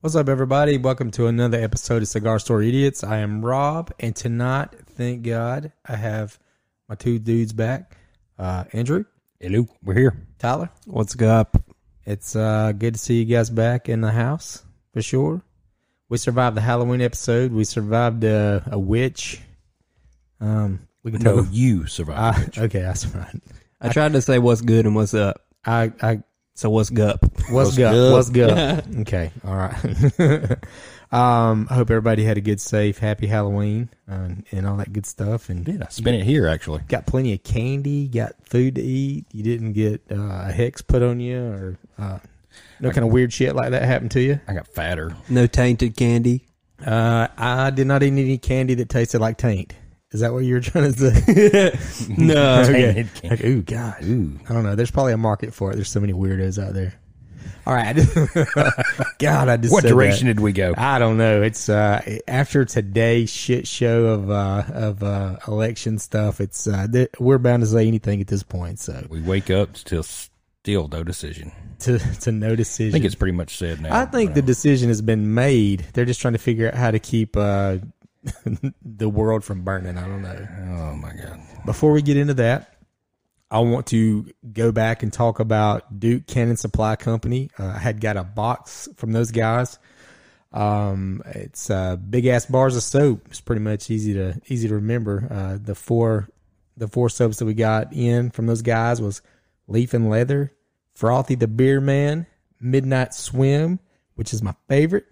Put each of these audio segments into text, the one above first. What's up, everybody? Welcome to another episode of Cigar Store Idiots. I am Rob, and tonight, thank God, I have my two dudes back. Uh, Andrew, Hello, we're here. Tyler. What's up? It's uh, good to see you guys back in the house for sure. We survived the Halloween episode. We survived uh, a witch. Um, we can No, talk. you survived. I, okay, that's right. I tried to say what's good and what's up. I, I So what's gup? What's good? What's good? okay. All right. um, I hope everybody had a good, safe, happy Halloween um, and all that good stuff. And I spent it here actually. got plenty of candy, got food to eat. You didn't get uh, a hex put on you or uh, no kind of weird shit like that happened to you. I got fatter. No tainted candy. Uh, I did not eat any candy that tasted like taint. Is that what you were trying to say? No. Tainted candy. like, ooh, God. Ooh. I don't know. There's probably a market for it. There's so many weirdos out there. All right. God, I just What said that. direction did we go? I don't know. It's uh, after today's shit show of uh, of uh, election stuff. It's uh, th- we're bound to say anything at this point. So We wake up still still no decision. to to no I decision. think it's pretty much said now. I think the decision has been made. They're just trying to figure out how to keep uh, the world from burning. I don't know. Oh my god. Before we get into that, I want to go back and talk about Duke Cannon Supply Company. Uh, I had got a box from those guys. Um, it's uh, big ass bars of soap. It's pretty much easy to easy to remember. Uh, the four the four soaps that we got in from those guys was Leaf and Leather, Frothy the Beer Man, Midnight Swim, which is my favorite,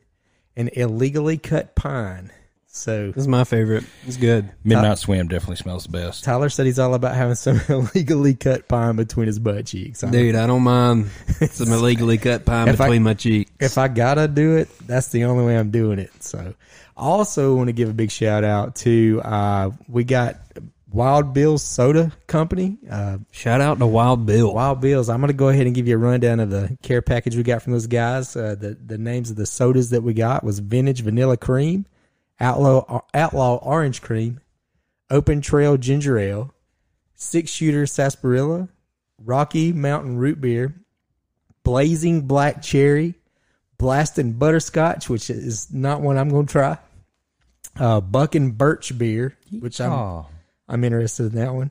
and Illegally Cut Pine. So This is my favorite. It's good. Midnight swim definitely smells the best. Tyler said he's all about having some illegally cut pine between his butt cheeks. I- Dude, I don't mind some illegally cut pine If I- between my cheeks. if I gotta do it, that's the only way I'm doing it. So, I also want to give a big shout out to uh, we got Wild Bill's Soda Company. Uh, Shout out to Wild Bill. Wild Bill's. I'm gonna go ahead and give you a rundown of the care package we got from those guys. Uh, the the names of the sodas that we got was Vintage Vanilla Cream, Outlaw Outlaw Orange Cream, Open Trail Ginger Ale, Six Shooter Sarsaparilla, Rocky Mountain Root Beer, Blazing Black Cherry, Blasting Butterscotch, which is not one I'm gonna try. Uh, Buck and Birch Beer, which I'm Ah. I'm interested in that one.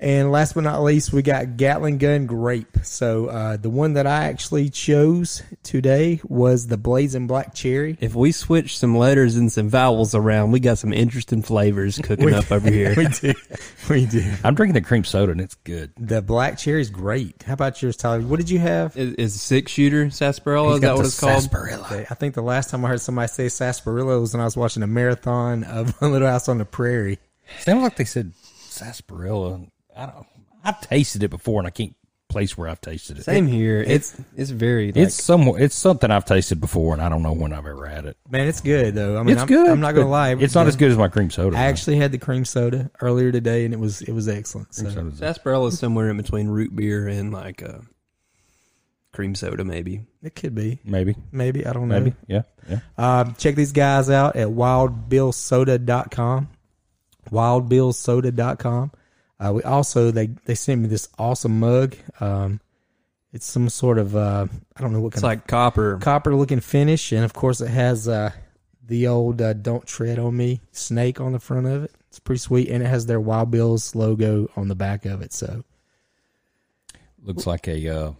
And last but not least, we got Gatling Gun Grape. So uh, the one that I actually chose today was the Blazing Black Cherry. If we switch some letters and some vowels around, we got some interesting flavors cooking up over here. we do, we do. I'm drinking the cream soda and it's good. The black cherry's great. How about yours, Tyler? What did you have? Is, is six shooter sarsaparilla? is that what it's called? I think the last time I heard somebody say sarsaparilla was when I was watching a marathon of Little House on the Prairie. Sounds like they said sarsaparilla. I don't. I've tasted it before and I can't place where I've tasted it. Same here. It's it's very like, It's somewhere. It's something I've tasted before and I don't know when I've ever had it. Man, it's good though. I mean, It's I'm, good. I'm not gonna but lie. It's not as good as my cream soda. I actually had the cream soda earlier today, and it was it was excellent. So sarsaparilla is somewhere in between root beer and like uh, cream soda, maybe. it could be, Maybe. maybe I don't know. Maybe. Yeah. Yeah. Um, check these guys out at wildbillsoda.com. Wildbillsoda.com. Uh, we also they they sent me this awesome mug. Um, it's some sort of uh, I don't know what kind It's of like copper. copper looking finish, and of course it has uh, the old uh, "Don't Tread on Me" snake on the front of it. It's pretty sweet, and it has their Wild Bills logo on the back of it. So Looks like a uh,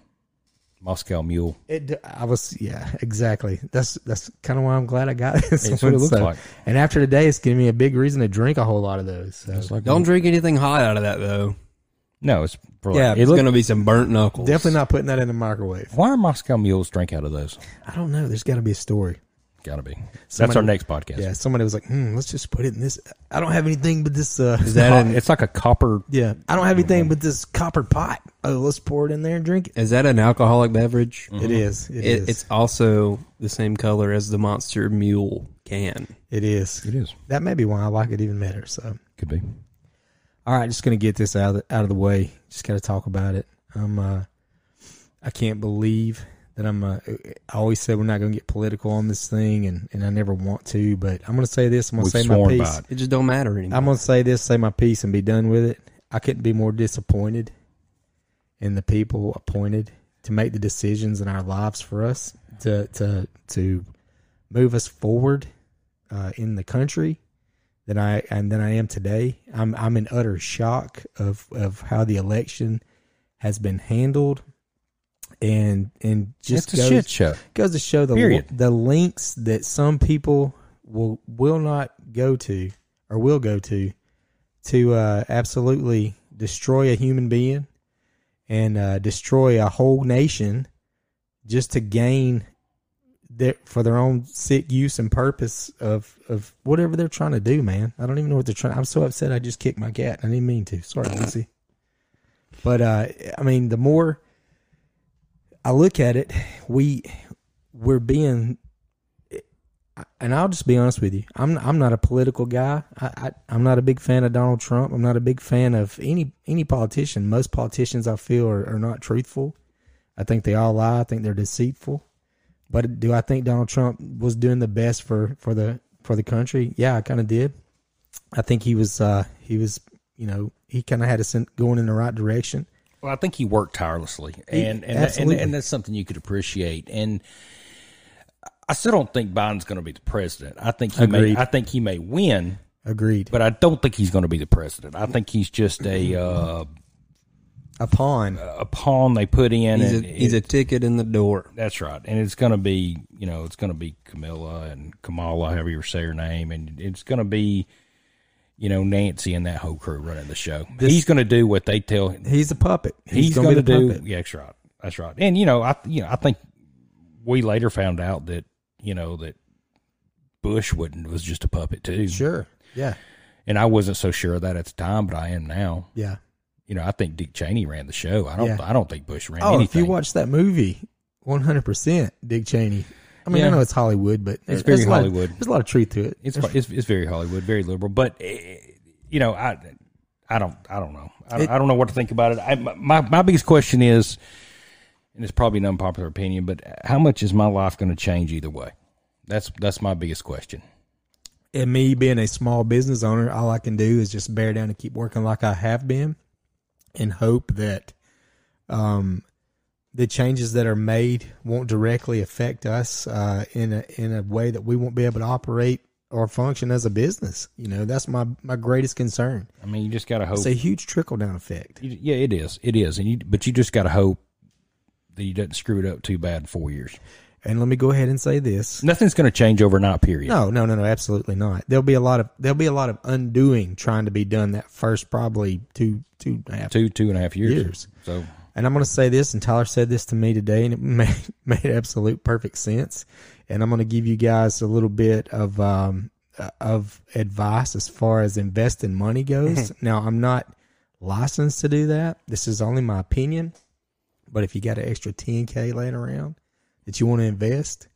Moscow mule. it, d- I was, yeah, exactly. That's that's kind of why I'm glad I got this. It's what it one. looks So- like. And after today, it's giving me a big reason to drink a whole lot of those. So. It's like Don't drink anything hot out of that though. no. It's for like, Yeah, It it's look- gonna be some burnt knuckles. Definitely not putting that in the microwave. why are Moscow mules drink out of those? I don't know. There's got to be a story. Gotta be. That's Somebody- our next podcast. Yeah, somebody was like, hmm, let's just put it in this. I don't have anything but this. Uh, Is that an It's like a copper. yeah, I don't have anything but this copper pot. Oh, let's pour it in there and drink it. is that an alcoholic beverage? It is. Mm-hmm. It, It, is. it's also the same color as the Monster Mule can. it is. It is. That may be why I like it even better. So, Could be. all right, just gonna get this out of the, out of the way. Just gotta talk about it. I'm. Uh, I can't believe that I'm. Uh, I always said we're not going to get political on this thing, and, and I never want to. But I'm going to say this. I'm going to We've say my sworn piece. by it. It just don't matter anymore. I'm going to say this, say my piece, and be done with it. I couldn't be more disappointed in the people appointed to make the decisions in our lives for us to to to move us forward uh, in the country than I and than I am today. I'm I'm in utter shock of of how the election has been handled, and and just it's a goes- shit show. goes to show the Period. the links that some people will will not go to or will go to to uh, absolutely destroy a human being and uh, destroy a whole nation just to gain their, for their own sick use and purpose of of whatever they're trying to do, man. I don't even know what they're trying. I'm so upset. I just kicked my cat. I didn't mean to. Sorry, Lucy. But uh, I mean, the more I look at it, we we're being and I'll just be honest with you. I'm I'm not a political guy. I, I I'm not a big fan of Donald Trump. I'm not a big fan of any any politician. Most politicians I feel are, are not truthful. I think they all lie. I think they're deceitful. But do I think Donald Trump was doing the best for for the for the country? Yeah, I kind of did. I think he was uh he was you know he kind of had us in, going in the right direction. Well, I think he worked tirelessly, and and, and absolutely. and that's something you could appreciate. And I still don't think Biden's going to be the president. I think he Agreed. may. I think he may win, Agreed. but I don't think he's going to be the president. I think he's just a uh, a pawn. a pawn they put in. he's, a, and he's a ticket in the door. That's right, and it's going to be you know it's going to be Camilla and Kamala, however you say her name, and it's going to be you know Nancy and that whole crew running the show. he's going to do what they tell him. he's a puppet. He's, gonna going to be the do. puppet. Yeah, that's right. That's right. And you know, I you know I think we later found out that you know that Bush wouldn't was just a puppet too. Sure. Yeah. And I wasn't so sure of that at the time, but I am now. Yeah. You know, I think Dick Cheney ran the show. I don't. Yeah. I don't think Bush ran Oh, anything. if you watch that movie, one hundred percent, Dick Cheney. I mean, I Yeah. know it's Hollywood, but there's, very there's a lot of- Hollywood. there's a lot of truth to it. it's, it's it's very Hollywood, very liberal, but eh, you know, I I don't I don't know. I, don't I don't know what to think about it. I, my my biggest question is, and it's probably an unpopular opinion, but how much is my life going to change either way? That's that's my biggest question. And me being a small business owner, all I can do is just bear down and keep working like I have been, and hope that um, the changes that are made won't directly affect us uh, in a in a way that we won't be able to operate or function as a business. You know, that's my my greatest concern. I mean, you just got to hope. It's a huge trickle down effect. You- yeah, it is, it is, and you but you just got to hope that you don't screw it up too bad in four years. And let me go ahead and say this: Nothing's going to change overnight. Period. No, no, no, no, absolutely not. There'll be a lot of there'll be a lot of undoing trying to be done that first probably two two and a half. Two two and a half years. Years. So And I'm going to say this, and Tyler said this to me today, and it made, made absolute perfect sense. And I'm going to give you guys a little bit of um, uh, of advice as far as investing money goes. now, I'm not licensed to do that. This is only my opinion. But if you got an extra 10k laying around that you want to invest,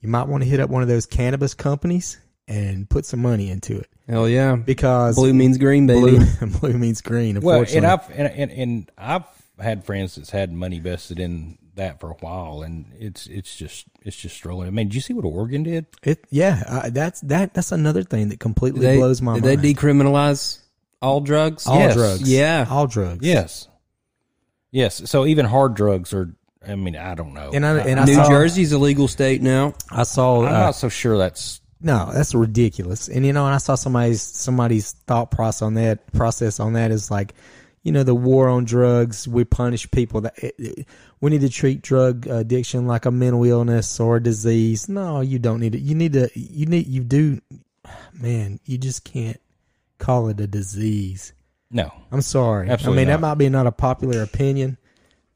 you might want to hit up one of those cannabis companies and put some money into it Hell yeah. because Blue means green, baby. blue, blue means green. Well, Unfortunately, and I've and, and, and I've had friends that's had money vested in that for a while, and it's it's just it's just strolling. I mean, did you see what Oregon did? It yeah, uh, that's that that's another thing that completely They- blows my did mind. Oh, they decriminalize all drugs? all Yes. drugs, Yeah. all drugs, Yes, yes. So even hard drugs are. I mean, I don't know. And I and I New saw, Jersey's a legal state now. I saw I'm uh, not so sure that's no, that's ridiculous. And you know, and I saw somebody's somebody's thought process on that process on that is like, you know, the war on drugs. We punish people that it, it- we need to treat drug addiction like a mental illness or a disease. No, you don't need it. You need to you need you do, man. You just can't call it a disease. no. I'm sorry. Absolutely I mean, not. that might be not a popular opinion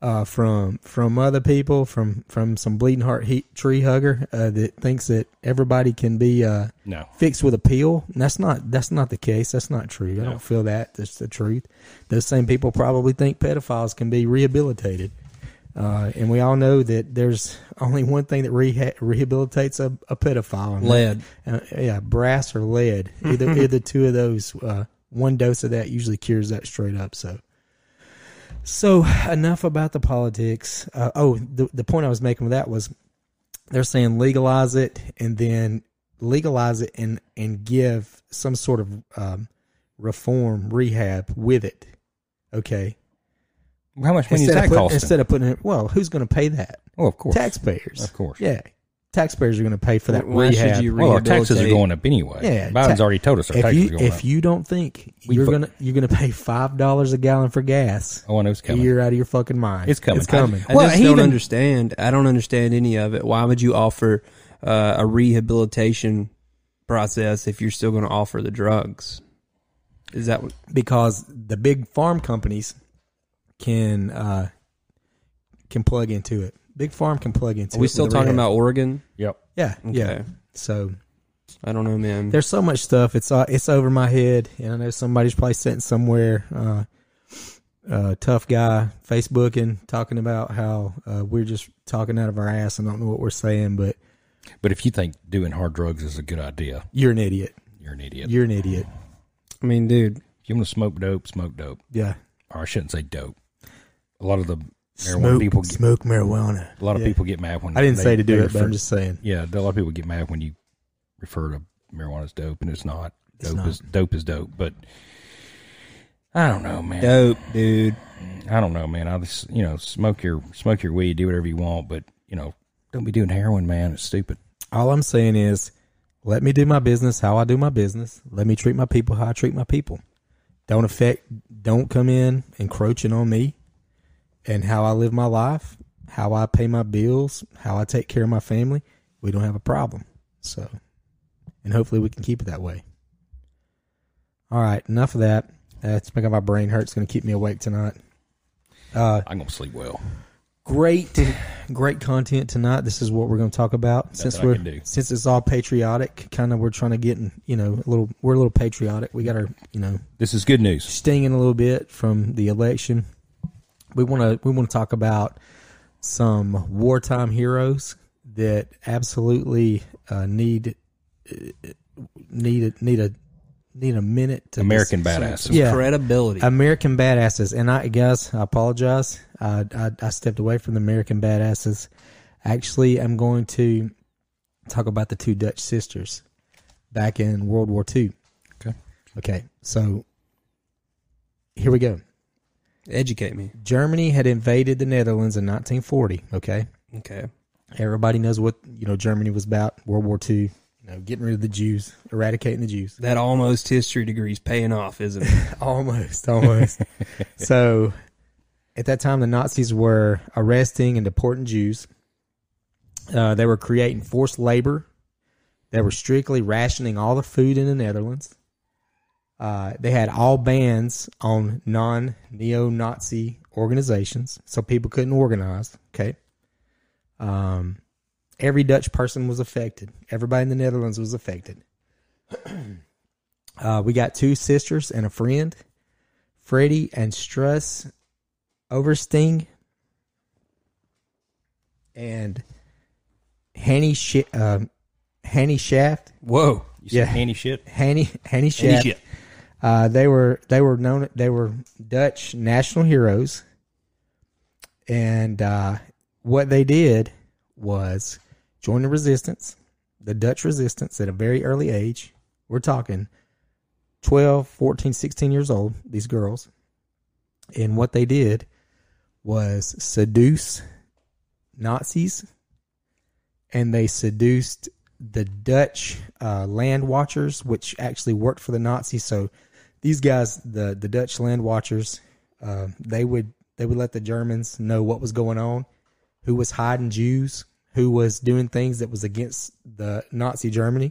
uh, from from other people, from from some bleeding heart heat tree hugger uh, that thinks that everybody can be uh, No. fixed with a pill. And that's not that's not the case. That's not true. I don't feel that. That's the truth. Those same people probably think pedophiles can be rehabilitated. Uh, and we all know that there's only one thing that reha- rehabilitates a, a pedophile. and that- Lead. uh, yeah, brass or lead. Either either two of those. Uh, one dose of that usually cures that straight up. So So enough about the politics. Uh, oh, the the point I was making with that was they're saying legalize it and then legalize it and and give some sort of um, reform rehab with it. Okay, How much money is instead that of put, costing? instead of putting it, well, who's going to pay that? oh, of course. Taxpayers, Of course. Yeah, taxpayers are going to pay for that Why should rehab. you Well, our taxes are rehabilitate- going up anyway. Yeah, Biden's ta- already told us our if taxes you are going if up. you don't think We you're fu- gonna you're gonna pay five dollars a gallon for gas, oh, I know it's coming. you're out of your fucking mind. It's coming. It's coming. I Well, just he don't even- understand. I don't understand any of it. Why would you offer uh, a rehabilitation process if you're still going to offer the drugs? Is that what? because the big farm companies can uh, can plug into it. Big farm can plug into. Are we it still with the talking rehab. about Oregon? Yep. Yeah, yeah. Okay. So I don't know, man. there's so much stuff. It's uh, it's over my head, and I know somebody's probably sitting somewhere. Uh, uh, tough guy, Facebooking, talking about how uh, we're just talking out of our ass and don't know what we're saying, but But if you think doing hard drugs is a good idea, you're an idiot. you're an idiot. You're an idiot. I mean, dude, if you want to smoke dope, smoke dope. Yeah. Or I shouldn't say dope. A lot of the marijuana Smoke, people get, smoke marijuana. a lot of Yeah. people get mad when I didn't they- say to do they it, but refer- I'm just saying. yeah, a lot of people get mad when you refer to marijuana as dope, and it's not. It's dope not. is dope is dope, but I don't know, man. dope, dude. I don't know, man. I just you know smoke your smoke your weed, do whatever you want, but you know don't be doing heroin, man. It's stupid. All I'm saying is, let me do my business how I do my business. Let me treat my people how I treat my people. Don't affect, don't come in encroaching on me and how I live my life, how I pay my bills, how I take care of my family. We don't have a problem. So, and hopefully we can keep it that way. All right, enough of that. Uh, it's making my brain hurt. It's going to keep me awake tonight. Uh, I'm gonna sleep well. great great content tonight this is what we're going to talk about since I we're can do. since it's all patriotic kind of we're trying to get in you know a little we're a little patriotic we got our you know This is good news. stinging a little bit from the election we want to we want to talk about some wartime heroes that absolutely uh, need uh, need a need a need a minute to American just- badasses. yeah Credibility. American badasses, and I guys, I apologize. I, I I stepped away from the American badasses. Actually, I'm going to talk about the two Dutch sisters back in World War II. Okay. Okay, so here we go. Educate me. Germany had invaded the Netherlands in 1940. Okay, Okay. everybody knows what you know. Germany was about World War II. You know, getting rid of the Jews, eradicating the Jews. That almost history degree's paying off, isn't it? almost, almost. so, at that time, the Nazis were arresting and deporting Jews. Uh, they were creating forced labor. They were strictly rationing all the food in the Netherlands. Uh, they had all bans on non neo Nazi organizations, so people couldn't organize. Okay. Um, every Dutch person was affected. Everybody in the Netherlands was affected. Uh, we got two sisters and a friend, Freddie and Struss Oversting, and Hanny Sh- um, Hanny Shaft. Whoa. You said Yeah. handy shit. Hanny Hanny Shaft. Uh, they were they were known they were Dutch national heroes, and uh, what they did was join the resistance, the Dutch resistance, at a very early age. We're talking 12, 14, 16 years old. These girls, and what they did was seduce Nazis, and they seduced the Dutch uh, land watchers, which actually worked for the Nazis. So these guys, the the Dutch land watchers, uh, they would they would let the Germans know what was going on, who was hiding Jews, who was doing things that was against the Nazi Germany,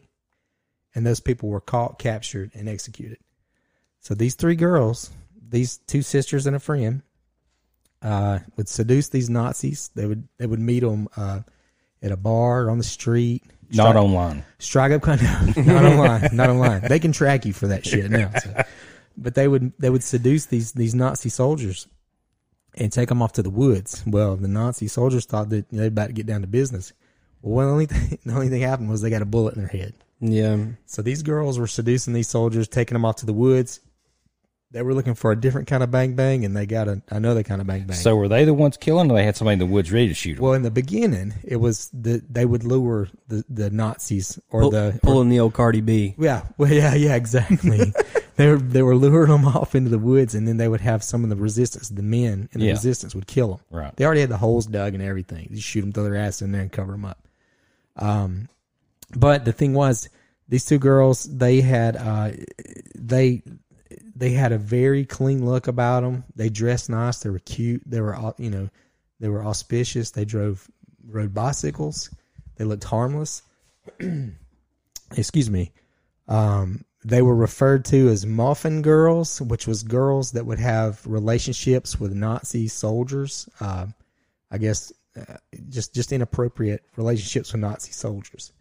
and those people were caught, captured, and executed. So these three girls, these two sisters and a friend, uh, would seduce these Nazis. They would they would meet them uh, at a bar on the street. Not online. Strike up kind of not online, not online. They can track you for that shit now. so. But they would they would seduce these these Nazi soldiers and take them off to the woods. Well, the Nazi soldiers thought that they about to get down to business. Well, the only thing, the only thing happened was they got a bullet in their head. Yeah. So these girls were seducing these soldiers, taking them off to the woods, They were looking for a different kind of bang bang, and they got a, another kind of bang bang. So were they the ones killing, or they had somebody in the woods ready to shoot them? well, in the beginning, it was the they would lure the, the Nazis or Pull, the or- pulling the old Cardi B. yeah, well, yeah, yeah, exactly. they were they were luring them off into the woods, and then they would have some of the resistance, the men, and the Yeah. resistance would kill them. right. They already had the holes dug and everything. You shoot them, throw their ass in there, and cover them up. Um, but the thing was, these two girls, they had uh, they they had a very clean look about them. They dressed nice. They were cute. They were au- you know they were auspicious. They drove rode bicycles. They looked harmless. Excuse me. Um, they were referred to as muffin girls, which was girls that would have relationships with Nazi soldiers. Um, I guess uh, just just inappropriate relationships with Nazi soldiers.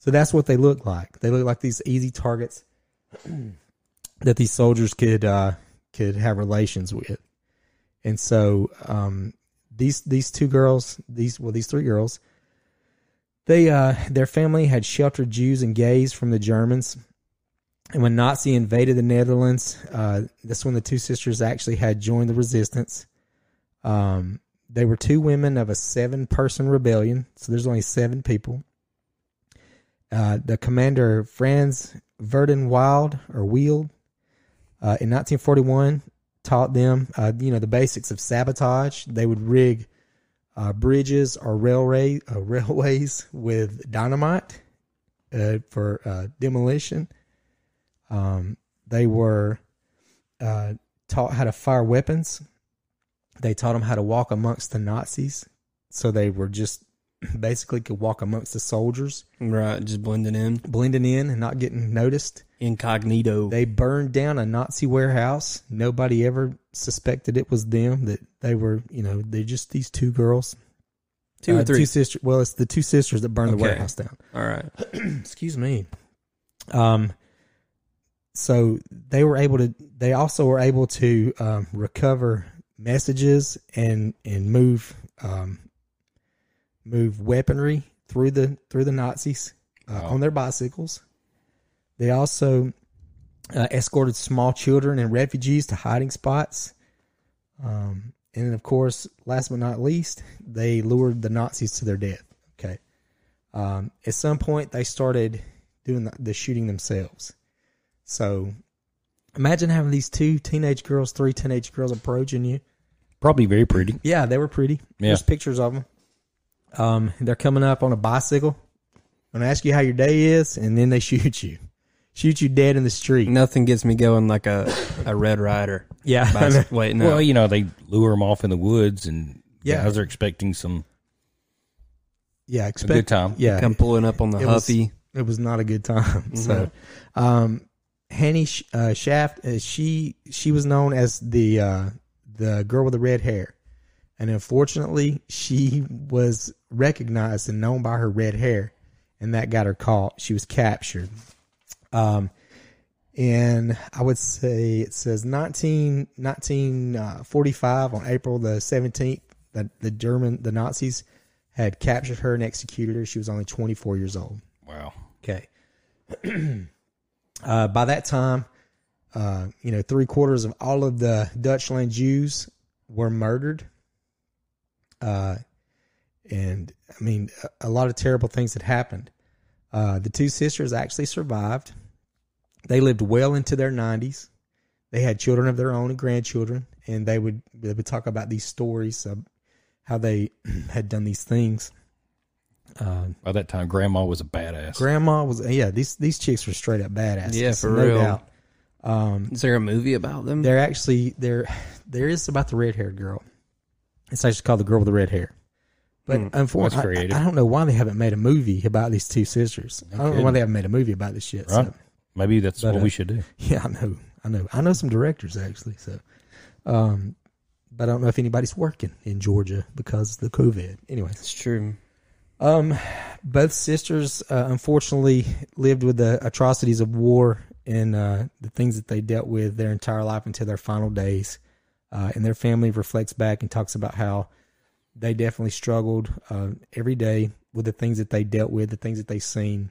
So that's what they look like. They look like these easy targets that these soldiers could uh, could have relations with. And so um, these these two girls, these well these three girls, they uh, their family had sheltered Jews and gays from the Germans. And when Nazi invaded the Netherlands, uh, that's when the two sisters actually had joined the resistance. Um, they were two women of a seven person rebellion, so there's only seven people. Uh, the commander Franz Verden Wild or Wield uh, in 1941 taught them, uh, you know, the basics of sabotage. They would rig uh, bridges or railway uh, railways with dynamite uh, for uh, demolition. Um, they were uh, taught how to fire weapons. They taught them how to walk amongst the Nazis, so they were just basically could walk amongst the soldiers, Right, just blending in blending in and not getting noticed. incognito. They burned down a Nazi warehouse. Nobody ever suspected it was them. That they were, you know, they're just these two girls, two Uh, or three. two sisters. Well, it's the two sisters that burned the Okay. warehouse down. All right. excuse me um so they were able to they also were able to um, recover messages and and move um move weaponry through the through the nazis uh, Wow. on their bicycles they also uh, escorted small children and refugees to hiding spots um and then of course last but not least they lured the nazis to their death okay um, at some point they started doing the, the shooting themselves so imagine having these two teenage girls three teenage girls approaching you Probably very pretty. yeah they were pretty Yeah. there's pictures of them um, they're coming up on a bicycle and ask you how your day is and then they shoot you shoot you dead in the street Nothing gets me going like a, a Red Rider. yeah I know. Bicycle. Wait, no. Well, you know, they lure them off in the woods, and Yeah. yeah, guys are expecting some yeah a expect good time. yeah Come pulling up on the It was- Huffy. it was not a good time. So, um, Hanny Sh- uh, Shaft, uh, she she was known as the uh, the girl with the red hair, and unfortunately, she was recognized and known by her red hair, and that got her caught. She was captured. Um, and I would say it says 19, 1945 on April the 17th that the German, the Nazis had captured her and executed her. She was only 24 years old. Wow. Okay. uh, by that time, uh, you know, three quarters of all of the Dutchland Jews were murdered. Uh, and I mean, a, a lot of terrible things had happened. Uh, the two sisters actually survived. They lived well into their 90s. They had children of their own and grandchildren, and they would they would talk about these stories of how they had done these things. Um, By that time, Grandma was a badass. Grandma was yeah. These these chicks were straight up badasses. Yeah, for no real. doubt. Um, Is there a movie about them? they're actually there. There is about the red haired girl. It's actually called the girl with the red hair. But Hmm. that's unfortunately, creative. I, I don't know why they haven't made a movie about these two sisters. I don't know why kidding. they haven't made a movie about this shit. right? So, Maybe that's But, what uh, we should do. yeah, I know. I know. I know some directors actually. So, um, but I don't know if anybody's working in Georgia because of the COVID. Anyway, it's true. um, both sisters uh, unfortunately lived with the atrocities of war and uh, the things that they dealt with their entire life until their final days. Uh, and their family reflects back and talks about how they definitely struggled uh, every day with the things that they dealt with, the things that they seen,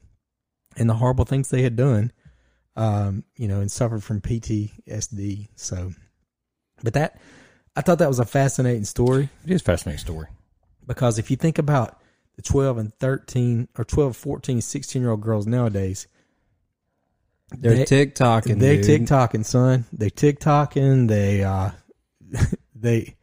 and the horrible things they had done. um, you know, and suffered from PTSD. So, but that, I thought that was a fascinating story It is a fascinating story. because if you think about the 12 and 13 or 12, 14, 16 year old girls nowadays, They're TikToking. They're dude. TikToking, son. They TikToking. They, uh, they,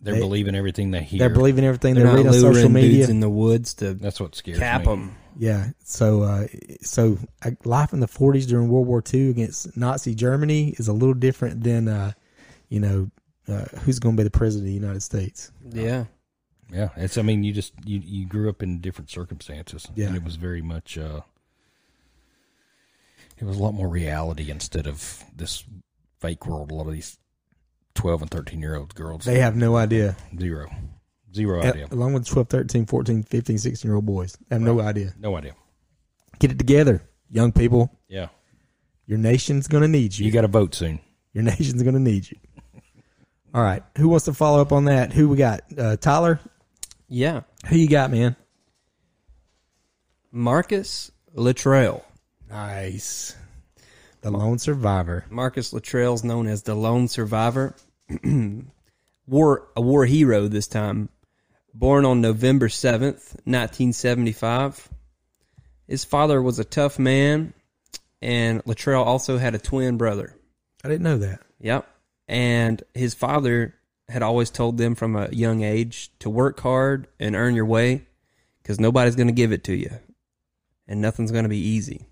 They're They- believing everything they hear. they're believing everything they They're not read on social luring media. dudes in the woods to That's what scares cap me. them. Yeah. So, uh, so uh, life in the 40s during World War II against Nazi Germany is a little different than, uh, you know, uh, who's going to be the president of the United States. Yeah. Yeah, it's. I mean, you just you, you grew up in different circumstances, Yeah. and it was very much. uh It was a lot more reality instead of this fake world. A lot of these twelve and thirteen year old girls, They have no idea. zero, zero A- idea, along with 12, 13, 14, 15, 16 year old boys. They have no idea. no idea. Get it together, young people. Yeah, Your nation's going to need you. you got to vote soon. Your nation's going to need you. All right. Who wants to follow up on that? Who we got? Uh, Tyler? Yeah. Who you got, man? Marcus Luttrell. Nice. The lone survivor. Marcus Luttrell's known as the lone survivor, war a war hero this time. Born on November seventh, nineteen seventy five, his father was a tough man, and Luttrell also had a twin brother. I didn't know that. Yep, and his father had always told them from a young age to work hard and earn your way, because nobody's going to give it to you, and nothing's going to be easy.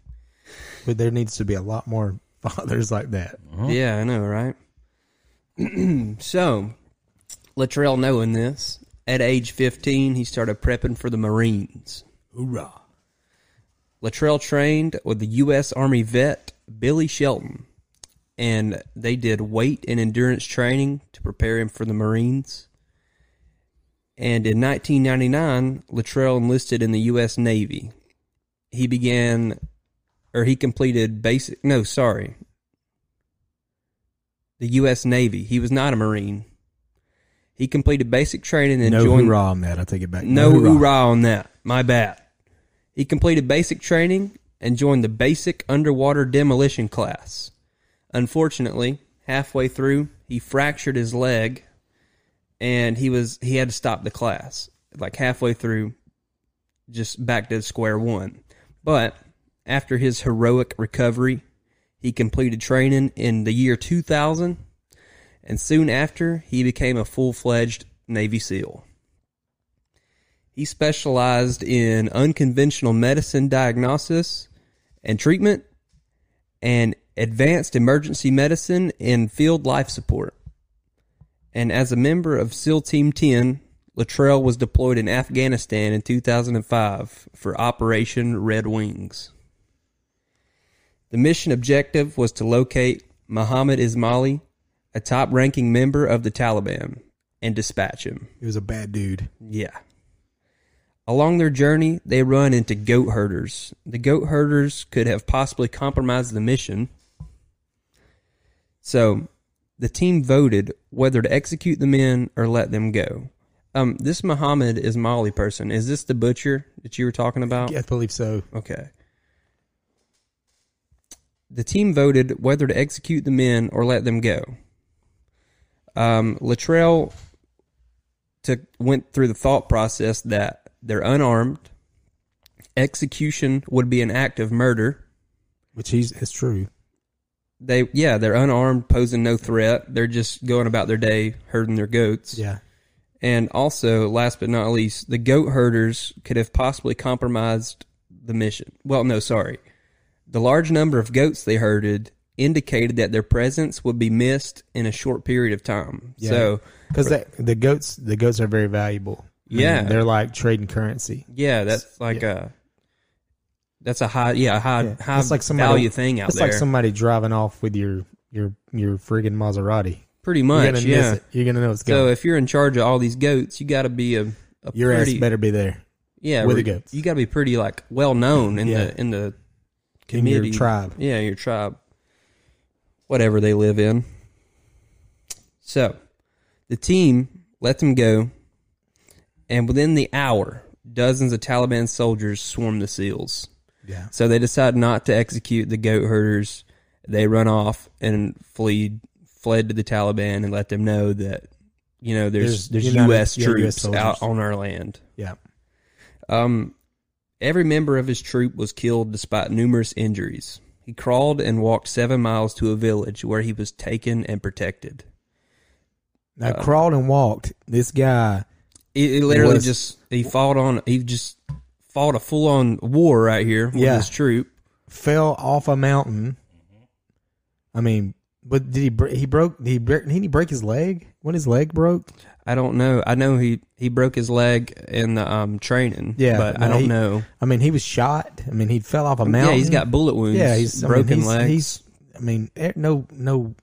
But there needs to be a lot more fathers like that. Yeah, I know, right? so, Latrell knowing this, at age 15, he started prepping for the Marines. Hoorah. Latrell trained with the U.S. Army vet Billy Shelton, and they did weight and endurance training to prepare him for the Marines. And in 1999, Latrell enlisted in the U.S. Navy. He began, or he completed basic, no, sorry, the U.S. Navy. He was not a Marine. He completed basic training and No joined. hoorah on that. I take it back. No hoorah on that. My bad. He completed basic training and joined the basic underwater demolition class. Unfortunately, halfway through, he fractured his leg and he was he had to stop the class. Like halfway through, just back to square one. But after his heroic recovery, he completed training in the year 2000 and soon after he became a full-fledged Navy SEAL. He specialized in unconventional medicine diagnosis and treatment and advanced emergency medicine and field life support. And as a member of SEAL Team 10, Latrell was deployed in Afghanistan in 2005 for Operation Red Wings. The mission objective was to locate Muhammad Ismaili, a top ranking member of the Taliban, and dispatch him. He was a bad dude. Yeah. Along their journey, they run into goat herders. The goat herders could have possibly compromised the mission. So the team voted whether to execute the men or let them go. Um, this Muhammad Ismaili person, is this the butcher that you were talking about? Yeah, I believe so. Okay. The team voted whether to execute the men or let them go. Um, Latrell took went through the thought process that they're unarmed, execution would be an act of murder. Which he's it's true. They yeah, they're unarmed, posing no threat. They're just going about their day, herding their goats. Yeah. And also, last but not least, the goat herders could have possibly compromised the mission. Well, no, sorry. The large number of goats they herded indicated that their presence would be missed in a short period of time. Yeah. So, Because the goats the goats are very valuable. I mean, Yeah. they're like trading currency. yeah, that's like a that's a high yeah, a high Yeah. high It's like somebody- value thing out It's there. like somebody driving off with your your your friggin' Maserati. pretty You're much, gonna yeah. miss it. You're gonna know it's So going. if you're in charge of all these goats, you got to be a, a your pretty ass better be there. yeah, with the re- goats. You got to be pretty like well known in Yeah. the in the In your community. tribe. Yeah, your tribe. Whatever they live in. So, the team let them go, and within the hour, dozens of Taliban soldiers swarmed the SEALs. Yeah. So they decided not to execute the goat herders They run off and flee, fled to the Taliban and let them know that, you know, there's There's there's, United- U.S. yeah, US troops soldiers. out on our land. Yeah. Um, every member of his troop was killed despite numerous injuries. He crawled and walked seven miles to a village where he was taken and protected. Now Uh, crawled and walked. This guy, He, he literally Was- just he fought on he just fought a full on war right here with Yeah. his troop. fell off a mountain. Mm-hmm. I mean, but did he? br- He broke. He br- didn't he break his leg when his leg broke? I don't know. I know he, he broke his leg in the um, training. Yeah, but no, I don't he- know. I mean, he was shot. I mean, he fell off a mountain. Yeah, he's got bullet wounds. Yeah, he's I mean, broken he's, legs. He's. I mean, eh, no, no,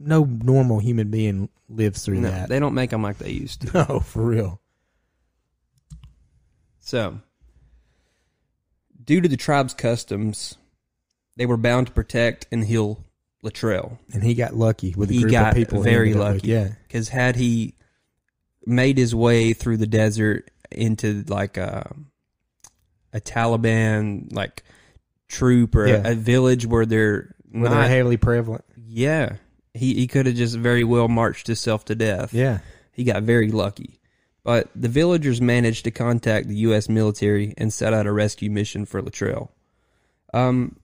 no normal human being lives through No, that. they don't make them like they used to. no, for real. So, due to the tribe's customs, they were bound to protect and heal Latrell. And he got lucky with a He group got of people. he very ended up with. lucky. Yeah. Because had he made his way through the desert into like a, a Taliban like troop or Yeah. a village where they're Well, not, they're heavily prevalent. yeah, he he could have just very well marched himself to death. Yeah. He got very lucky. But the villagers managed to contact the U.S. military and set out a rescue mission for Latrell. Um,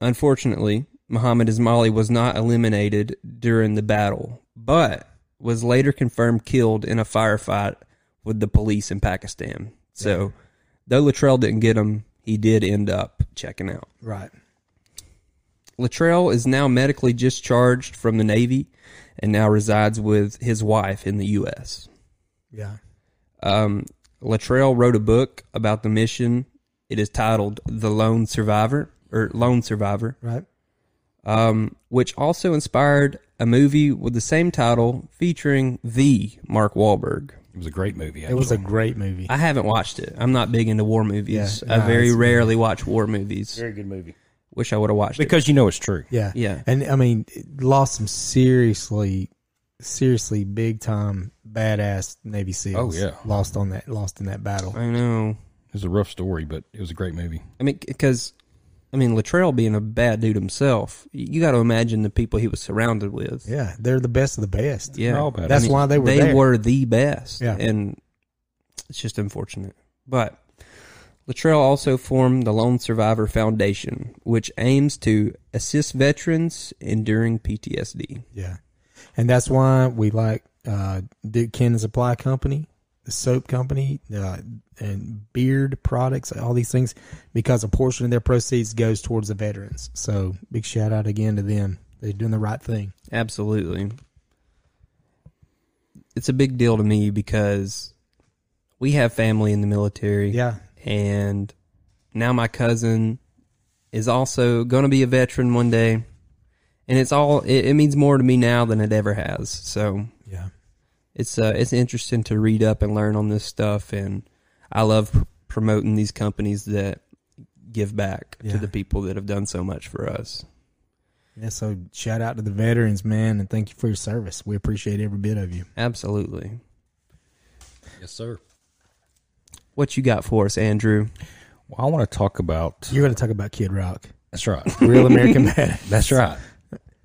unfortunately, Muhammad Ismaili was not eliminated during the battle, but was later confirmed killed in a firefight with the police in Pakistan. So, though Latrell didn't get him, he did end up checking out. Right. Latrell is now medically discharged from the Navy and now resides with his wife in the U.S. Yeah. Um, Latrell wrote a book about the mission. It is titled "The Lone Survivor" or "Lone Survivor," Right. um, which also inspired a movie with the same title featuring the Mark Wahlberg. It was a great movie. It was a great movie. I haven't watched it. I'm not big into war movies. Yeah, I nah, very it's- rarely watch war movies. very good movie Wish I would have watched it. because you know it's true. yeah. Yeah. And I mean, it lost some seriously, seriously big time badass Navy SEALs. Oh, yeah. Lost on that. Lost in that battle. I know. It was a rough story, but it was a great movie. I mean, because I mean, Latrell being a bad dude himself, y- you got to imagine the people he was surrounded with. Yeah. They're the best of the best. Yeah. They're all bad. That's why they were they there. were the best. Yeah. And it's just unfortunate. But Latrell also formed the Lone Survivor Foundation, which aims to assist veterans enduring PTSD. Yeah. And that's why we like uh, Duke Cannon Supply Company, the soap company, uh, and beard products, all these things, because a portion of their proceeds goes towards the veterans. So big shout out again to them. They're doing the right thing. Absolutely. It's a big deal to me because we have family in the military. Yeah. and now my cousin is also going to be a veteran one day and it's all it, it means more to me now than it ever has so Yeah. it's uh it's interesting to read up and learn on this stuff and i love pr- promoting these companies that give back Yeah. to the people that have done so much for us Yeah. So shout out to the veterans, man, and thank you for your service. We appreciate every bit of you. absolutely Yes, sir. what you got for us andrew Well, I want to talk about. You're going to talk about Kid Rock, That's right. real American man. That's right.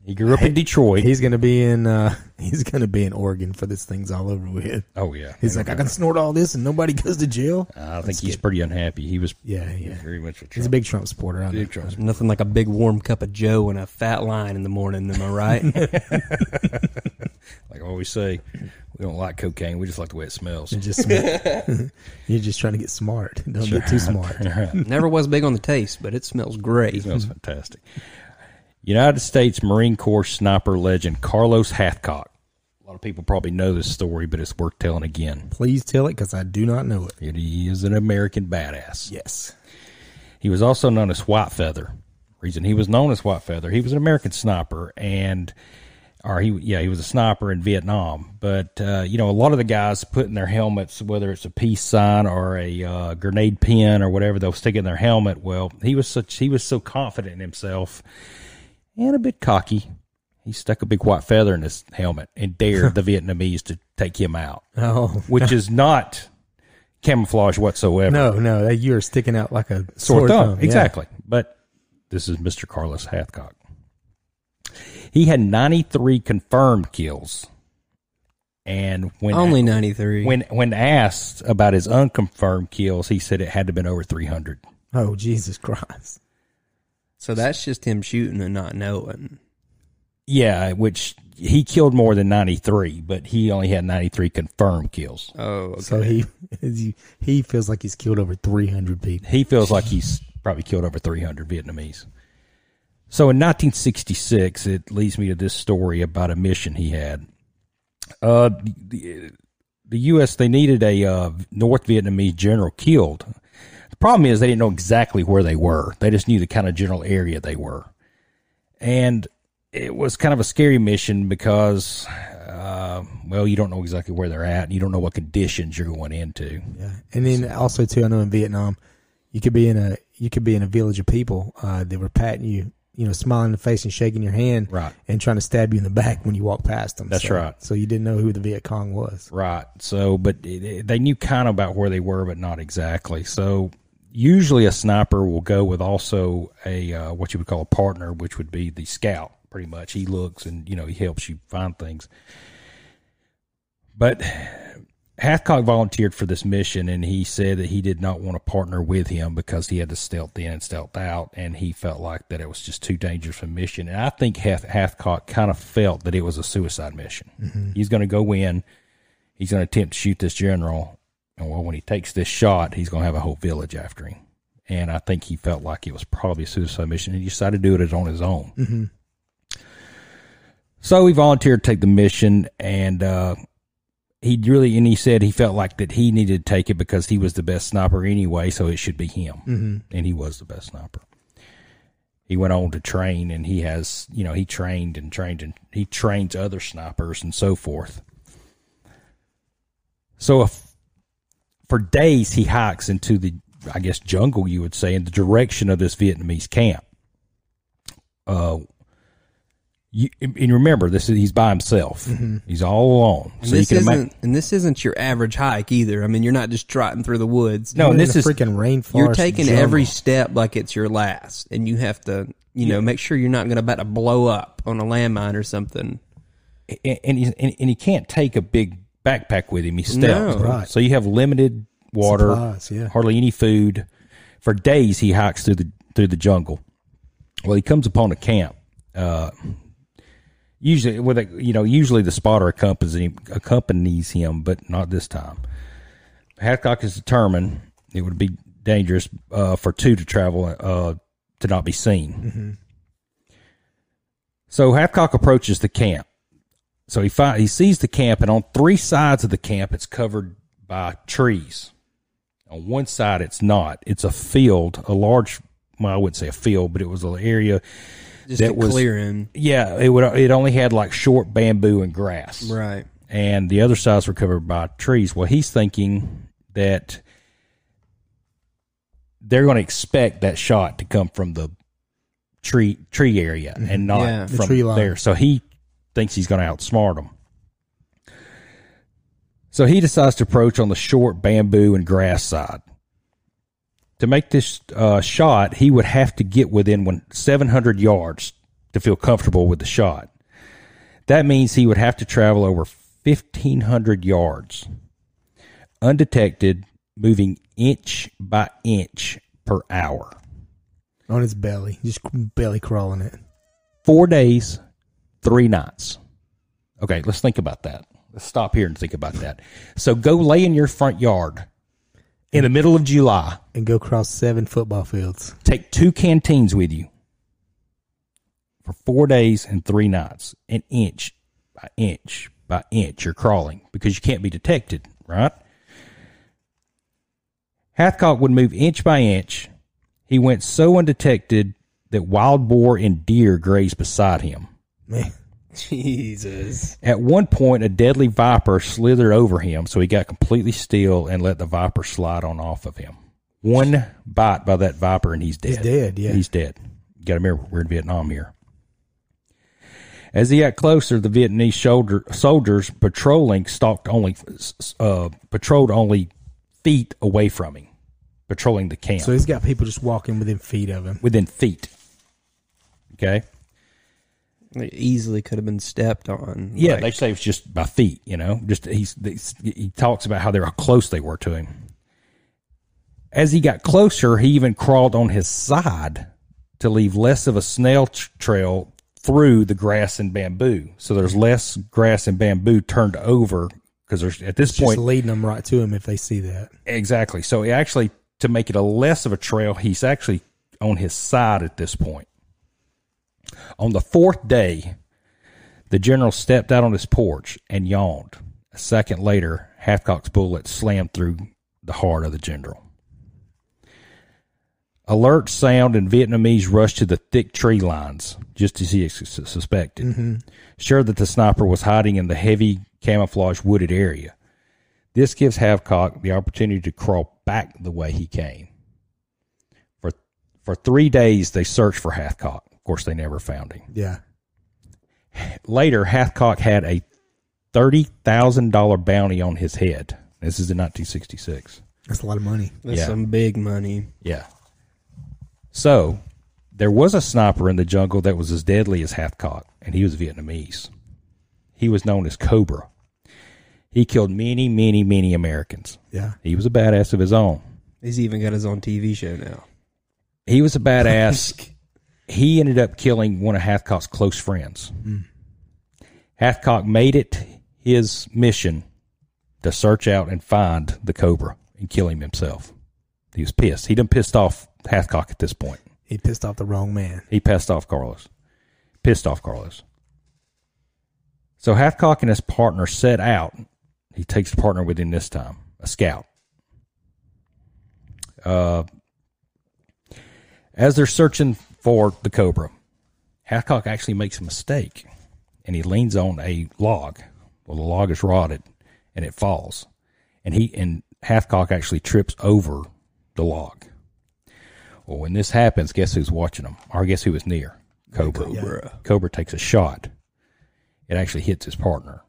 He grew up in Detroit. He's going to be in. Uh, he's going to be in Oregon for this thing's all over with. oh yeah. He's like, I can snort all this and nobody goes to jail. I think he's pretty unhappy. He was Yeah, yeah. very much a He's a Trump. big Trump supporter. I know. Big Trump. nothing like a big warm cup of joe and a fat line in the morning am i right Like I always say, we don't like cocaine. We just like the way it smells. You're just smart. you're just trying to get smart. Don't get too smart. never was big on the taste but it smells He great smells fantastic. United States Marine Corps sniper legend Carlos Hathcock. A lot of people probably know this story, but it's worth telling again. Please tell it because I do not know it. It- He is an American badass. Yes. He was also known as White Feather. Reason he was known as White Feather, he was an American sniper, and or he yeah he was a sniper in Vietnam. But uh, you know a lot of the guys put in their helmets, whether it's a peace sign or a uh, grenade pin or whatever they'll stick in their helmet. Well, he was such he was so confident in himself and a bit cocky. He stuck a big white feather in his helmet and dared the Vietnamese to take him out, Oh which is not camouflage whatsoever no, no, that- you are sticking out like a sore thumb. yeah. Exactly. But this is Mr. Carlos Hathcock. He had 93 confirmed kills. And when Only 93. when when asked about his unconfirmed kills, he said it had to have been over 300. Oh, Jesus Christ. so that's just him shooting and not knowing. Yeah, which he killed more than 93, but he only had 93 confirmed kills. Oh, okay. So he he feels like he's killed over 300 people. He feels like he's probably killed over 300 Vietnamese. So in 1966, it leads me to this story about a mission he had. Uh, the, the- the U.S. they needed a uh, North Vietnamese general killed. The problem is they didn't know exactly where they were. They just knew the kind of general area they were, and it was kind of a scary mission because, uh, well, you don't know exactly where they're at, and you don't know what conditions you're going into. Yeah. And then also too, I know in Vietnam, you could be in a you could be in a village of people uh, that were patting you, you know, smiling in the face and shaking your hand, Right. and trying to stab you in the back when you walk past them. That's So- right. So you didn't know who the Viet Cong was. Right. So, but it, it- they knew kind of about where they were, but not exactly. So, usually a sniper will go with also a uh, what you would call a partner, which would be the scout. Pretty much, he looks and you know he helps you find things. But Hathcock volunteered for this mission, and he said that he did not want to partner with him because he had to stealth in and stealth out, and he felt like that it was just too dangerous a mission. And I think Hath- Hathcock kind of felt that it was a suicide mission. He's going to go in he's going to attempt to shoot this general. And well, when he takes this shot, he's going to have a whole village after him. And I think he felt like it was probably a suicide mission and he decided to do it on his own. Mm-hmm. So he volunteered to take the mission and, uh, he really, and he said he felt like that he needed to take it because he was the best sniper anyway, so it should be him. Mm-hmm. And he was the best sniper. He went on to train and he has, you know, he trained and trained and he trains other snipers and so forth. So if, for days he hikes into the, I guess, jungle, you would say, in the direction of this Vietnamese camp. Uh, you, and remember, this is he's by himself. He's all alone. Mm-hmm. And So you this can isn't imagine. and this isn't your average hike either. I mean, you're not just trotting through the woods. No, You're and in this a is freaking rainforest. you're taking jungle. every step like it's your last, and you have to, you know, make sure you're not going to about to blow up on a landmine or something. and, and, he's- and, and he can't take a big backpack with him. He stealth. No. Right. So you have limited water, Supplies, yeah. hardly any food. For days, he hikes through the through the jungle. Well, he comes upon a camp. Uh, usually, with a, you know, usually the spotter accompanies him, accompanies him, but not this time. Hadcock is determined it would be dangerous uh, for two to travel uh, to not be seen. So Hathcock approaches the camp. So he fi- he sees the camp, and on three sides of the camp, it's covered by trees. On one side, it's not. It's a field, a large. Well, I wouldn't say a field, but it was an area. Just That a was- clearing, Yeah, it would. It only had like short bamboo and grass right? and the other sides were covered by trees. Well, he's thinking that they're going to expect that shot to come from the tree tree area and not Mm-hmm. Yeah. The from tree line. there. So he thinks he's going to outsmart them. So he decides to approach on the short bamboo and grass side. To make this uh, shot, he would have to get within one, 700 yards to feel comfortable with the shot. That means he would have to travel over 1,500 yards undetected, moving inch by inch per hour. on his belly, just belly crawling it. Four days, three nights. Okay, let's think about that. Let's stop here and think about that. So go lay in your front yard in the middle of July. and go across seven football fields. Take two canteens with you for four days and three nights, an inch by inch by inch. You're crawling because you can't be detected, right? Hathcock would move inch by inch. He went so undetected that wild boar and deer grazed beside him. Man, Jesus, At one point, a deadly viper slithered over him, so he got completely still and let the viper slide on off of him. One bite by that viper, and he's dead. he's dead. Yeah, He's dead. You got to remember, we're in Vietnam here. As he got closer, the Vietnamese shoulder, soldiers patrolling stalked only, uh, patrolled only feet away from him, patrolling the camp so he's got people just walking within feet of him. within feet. Okay. They easily could have been stepped on. Yeah, Like, they say it's just by feet. You know, just he's, he's he talks about how they how close they were to him. As he got closer, he even crawled on his side to leave less of a snail t- trail through the grass and bamboo. So there's less grass and bamboo turned over because there's at this Just point leading them right to him if they see that. Exactly. So he actually, to make it a less of a trail, he's actually on his side at this point. On the fourth day, the general stepped out on his porch and yawned. A second later, Hathcock's bullet slammed through the heart of the general. Alert sound and Vietnamese rushed to the thick tree lines, just as he sus- suspected, sure that the sniper was hiding in the heavy camouflage wooded area. This gives Havcock the opportunity to crawl back the way he came. For for three days they searched for Hathcock. Of course they never found him. Yeah. Later, Hathcock had a thirty thousand dollar bounty on his head. This is in nineteen sixty six. That's a lot of money. that's yeah. some big money. Yeah. So there was a sniper in the jungle that was as deadly as Hathcock, and he was Vietnamese. He was known as Cobra. He killed many, many, many Americans. Yeah. He was a badass of his own. He's even got his own TV show now. He was a badass. he ended up killing one of Hathcock's close friends. Hathcock made it his mission to search out and find the Cobra and kill him himself. He was pissed. He done pissed off Hathcock at this point. He pissed off the wrong man. He pissed off Carlos. Pissed off Carlos. So Hathcock and his partner set out. He takes the partner with him this time, a scout. Uh, as they're searching for the Cobra, Hathcock actually makes a mistake and he leans on a log. Well, the log is rotted and it falls. And he and Hathcock actually trips over the log. Well, when this happens, guess who's watching them? Or guess who was near? Cobra. Cobra. takes a shot. It actually hits his partner.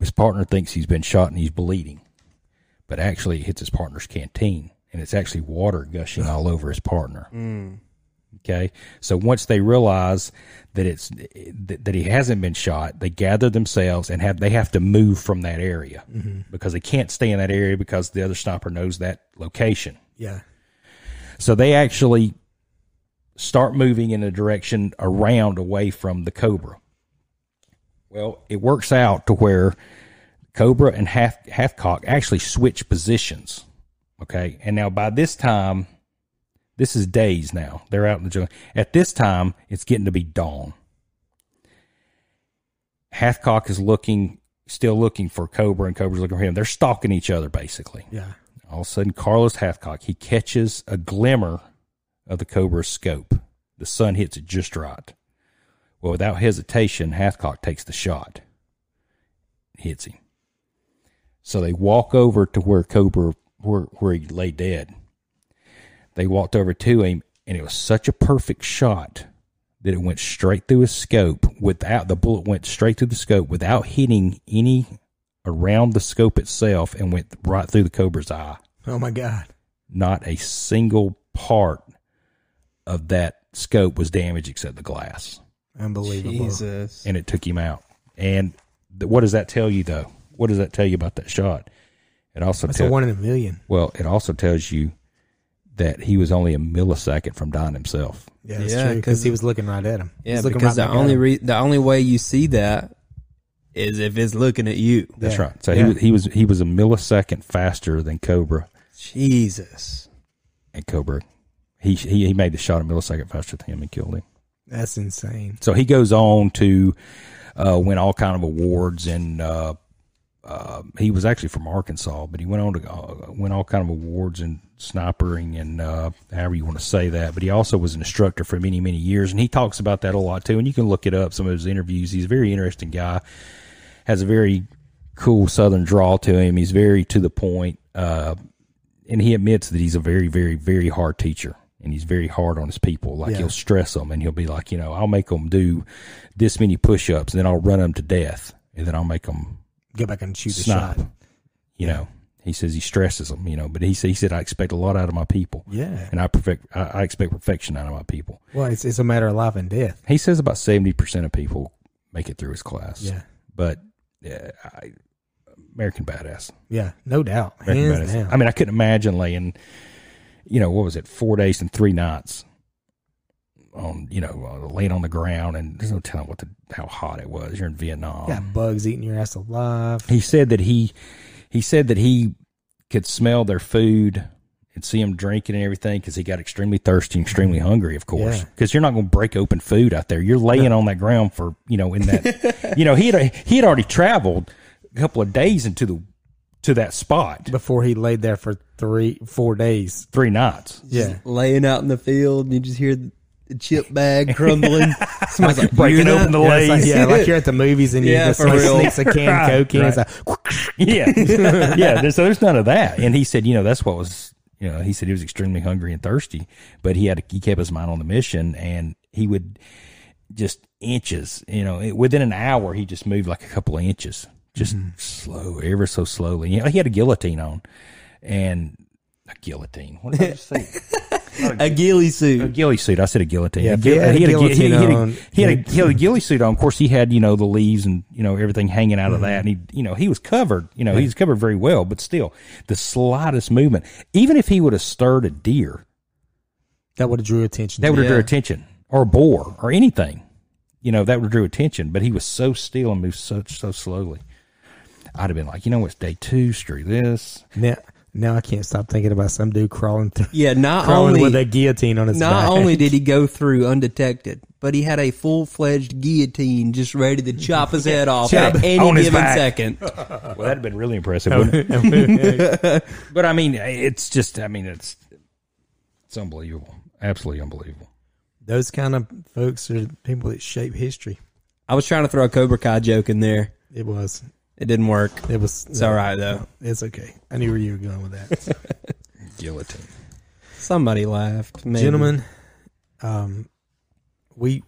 His partner thinks he's been shot and he's bleeding, but actually it hits his partner's canteen, and it's actually water gushing all over his partner. Okay, so once they realize that it's that, that he hasn't been shot, they gather themselves and have they have to move from that area because they can't stay in that area because the other sniper knows that location. Yeah. So they actually start moving in a direction around away from the Cobra. Well, it works out to where Cobra and Half Halfcock actually switch positions. Okay. And now by this time, this is days now. They're out in the jungle. At this time, it's getting to be dawn. Halfcock is looking still looking for Cobra and Cobra's looking for him. They're stalking each other basically. Yeah. All of a sudden, Carlos Hathcock he catches a glimmer of the Cobra's scope. The sun hits it just right. Well, without hesitation, Hathcock takes the shot, hits him. So they walk over to where Cobra where where he lay dead. They walked over to him, and it was such a perfect shot that it went straight through his scope without the bullet went straight through the scope without hitting any around the scope itself and went right through the cobra's eye. Oh my God. Not a single part of that scope was damaged except the glass, Unbelievable. Jesus. and it took him out. And th- what does that tell you, though? What does that tell you about that shot? It also That's tell- a one in a million. well, it also tells you that he was only a millisecond from dying himself. Yeah, that's Yeah, true. Because 'cause- he was looking right at him. He Yeah, was looking because right the back at only him. re- the only way you see that is if it's looking at you. That's Yeah. right. So Yeah. he was he was he was a millisecond faster than Cobra, Jesus. and Cobra he he, he made the shot a millisecond faster than him and killed him. That's insane. So he goes on to uh, win all kind of awards, and uh, uh, he was actually from Arkansas, but he went on to uh, win all kind of awards in snipering and uh, however you want to say that. But he also was an instructor for many many years, and he talks about that a lot too. And you can look it up some of his interviews. He's a very interesting guy, has a very cool Southern drawl to him. He's very to the point. Uh, and he admits that he's a very, very, very hard teacher, and he's very hard on his people. Like Yeah. he'll stress them, and he'll be like, you know, I'll make them do this many push-ups, and then I'll run them to death, and then I'll make them Go back and shoot the snipe. shot. You know, He says he stresses them, you know, but he said, he said I expect a lot out of my people. Yeah. And I perfect, I, I expect perfection out of my people. Well, it's, it's a matter of life and death. He says about seventy percent of people make it through his class. Yeah. But yeah, I, American badass. Yeah. No doubt. American Hands badass. down. I mean, I couldn't imagine laying, you know, what was it, four days and three nights on, you know, uh, laying on the ground, and there's no telling what the how hot it was. You're in Vietnam. got bugs eating your ass alive. He said that he, he said that he could smell their food and see them drinking and everything because he got extremely thirsty, and extremely hungry, of course. Yeah. Because you're not going to break open food out there. You're laying on that ground for you know in that, you know he had he had already traveled a couple of days into the to that spot, Before he laid there for three, four days. three nights. Yeah. Laying out in the field, and you just hear the chip bag crumbling. Somebody's like, breaking "You're open not- the Yeah, it's like, lays. yeah, like you're at the movies and you Yeah, just for somebody real. sneaks a can of coke in. It's Right. like, Yeah, yeah. There's, so there's none of that. And he said, you know, that's what was, you know, he said he was extremely hungry and thirsty, but he had he kept his mind on the mission, and he would just inches, you know, it, within an hour he just moved like a couple of inches, just slow, ever so slowly. You know, he had a guillotine on, and a guillotine. What did I just say? A ghillie A suit. ghillie suit. I said a guillotine. Yeah, A if he guil- had a he had a gui- he guillotine had a- on- he had a he had a ghillie suit on. Of course, he had you know the leaves and you know everything hanging Mm-hmm. out of that, and he you know he was covered. You know he was covered very well, but still the slightest movement, even if he would have stirred a deer, that would have drew attention. that would have drew Yeah. attention, or a boar, or anything. You know that would have drew attention, but he was so still and moved so so slowly. I'd have been like, you know, it's day two. Screw this. Now, now I can't stop thinking about some dude crawling through, Yeah, not crawling only with a guillotine on his Not back. only did he go through undetected, but he had a full fledged guillotine just ready to chop his head off Chop at it. any On his given back. second. Well, that'd have been really impressive. wouldn't it? But I mean, it's just, I mean, it's it's unbelievable, absolutely unbelievable. Those kind of folks are people that shape history. I was trying to throw a Cobra Kai joke in there. It was. It didn't work. It was. uh, It's all right though. It's okay. I knew where you were going with that. Guillotine. Somebody laughed. Maybe. Gentlemen, um, we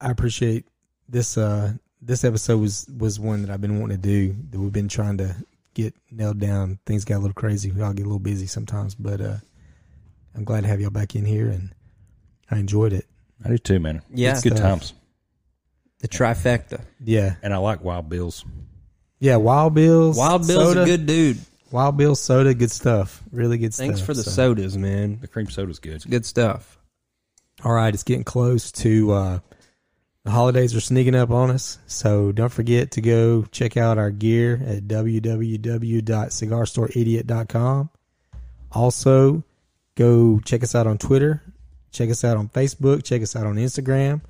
I appreciate this. Uh, this episode was was one that I've been wanting to do. That we've been trying to get nailed down. Things got a little crazy. We all get a little busy sometimes, but uh, I'm glad to have y'all back in here, and I enjoyed it. I do too, man. Yeah. it's good Stuff. times, the trifecta. Yeah, and I like Wild Bills. yeah. Wild Bill's Wild Bill's soda, a good dude. Wild Bill's soda. Good stuff. Really good Thanks stuff. for the so. sodas, man. The cream soda's good. Good stuff. All right, it's getting close to uh, the holidays are sneaking up on us, so don't forget to go check out our gear at www.cigarstoreidiot.com. Also, go check us out on Twitter, check us out on Facebook, check us out on Instagram.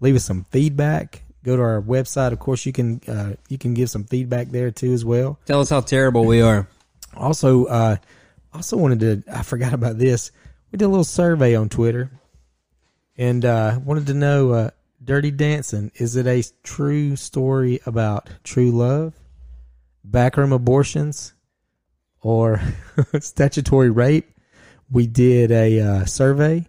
Leave us some feedback. Go to our website. Of course, you can uh, you can give some feedback there too as well. Tell us how terrible we are. Also, uh, also wanted to. I forgot about this. We did a little survey on Twitter, and uh, wanted to know: uh, Dirty Dancing is it a true story about true love, backroom abortions, or statutory rape? We did a uh, survey,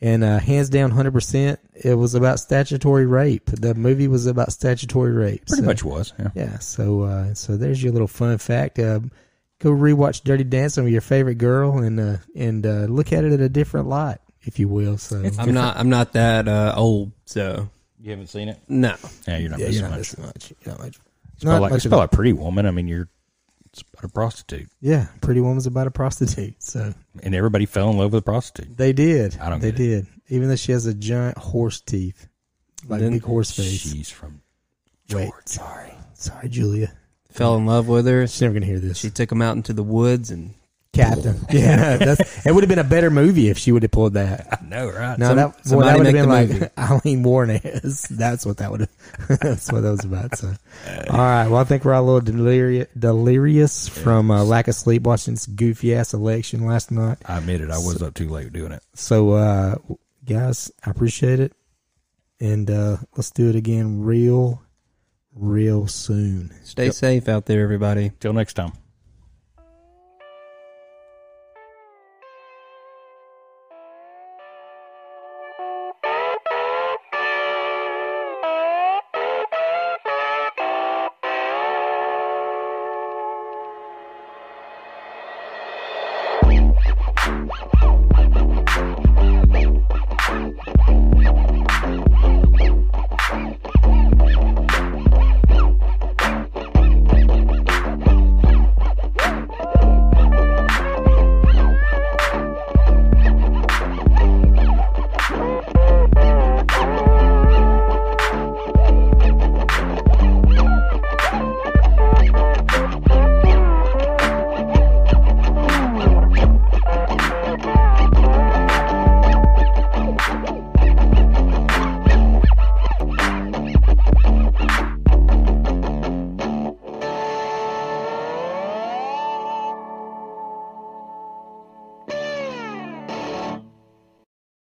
and uh, hands down, hundred percent, it was about statutory rape. The movie was about statutory rape. Pretty so- much was. Yeah. yeah, so uh, so there's your little fun fact. Uh, go rewatch Dirty Dancing with your favorite girl and uh, and uh, look at it in a different light, if you will. So I'm not. I'm not that uh, old. So You haven't seen it? no. Yeah, you're not yeah, missing you're not much. missing much. You're not much. It's about not like, much it's of about it. like Pretty Woman. I mean, you're it's about a prostitute, Yeah, Pretty Woman's about a prostitute. So and everybody fell in love with a prostitute. they did. I don't They get did. Even though she has a giant horse teeth, like Then big horse face. She's from Wait, Georgia. sorry, sorry, Julia. Fell in love with her. She's never gonna hear this. She took him out into the woods and Captain. yeah, that's, it would have been a better movie if she would have pulled that. I know, right? No, Some- that, well, somebody that would have make been the like movie. Eileen Warnes. That's what that would have. that's what that was about. So, all right. Well, I think we're all a little delirious, delirious from uh, lack of sleep watching this goofy ass election last night. I admit it. I was up too late doing it. So, uh, guys, I appreciate it, and uh, let's do it again real, real soon. Stay safe out there, everybody. Till next time.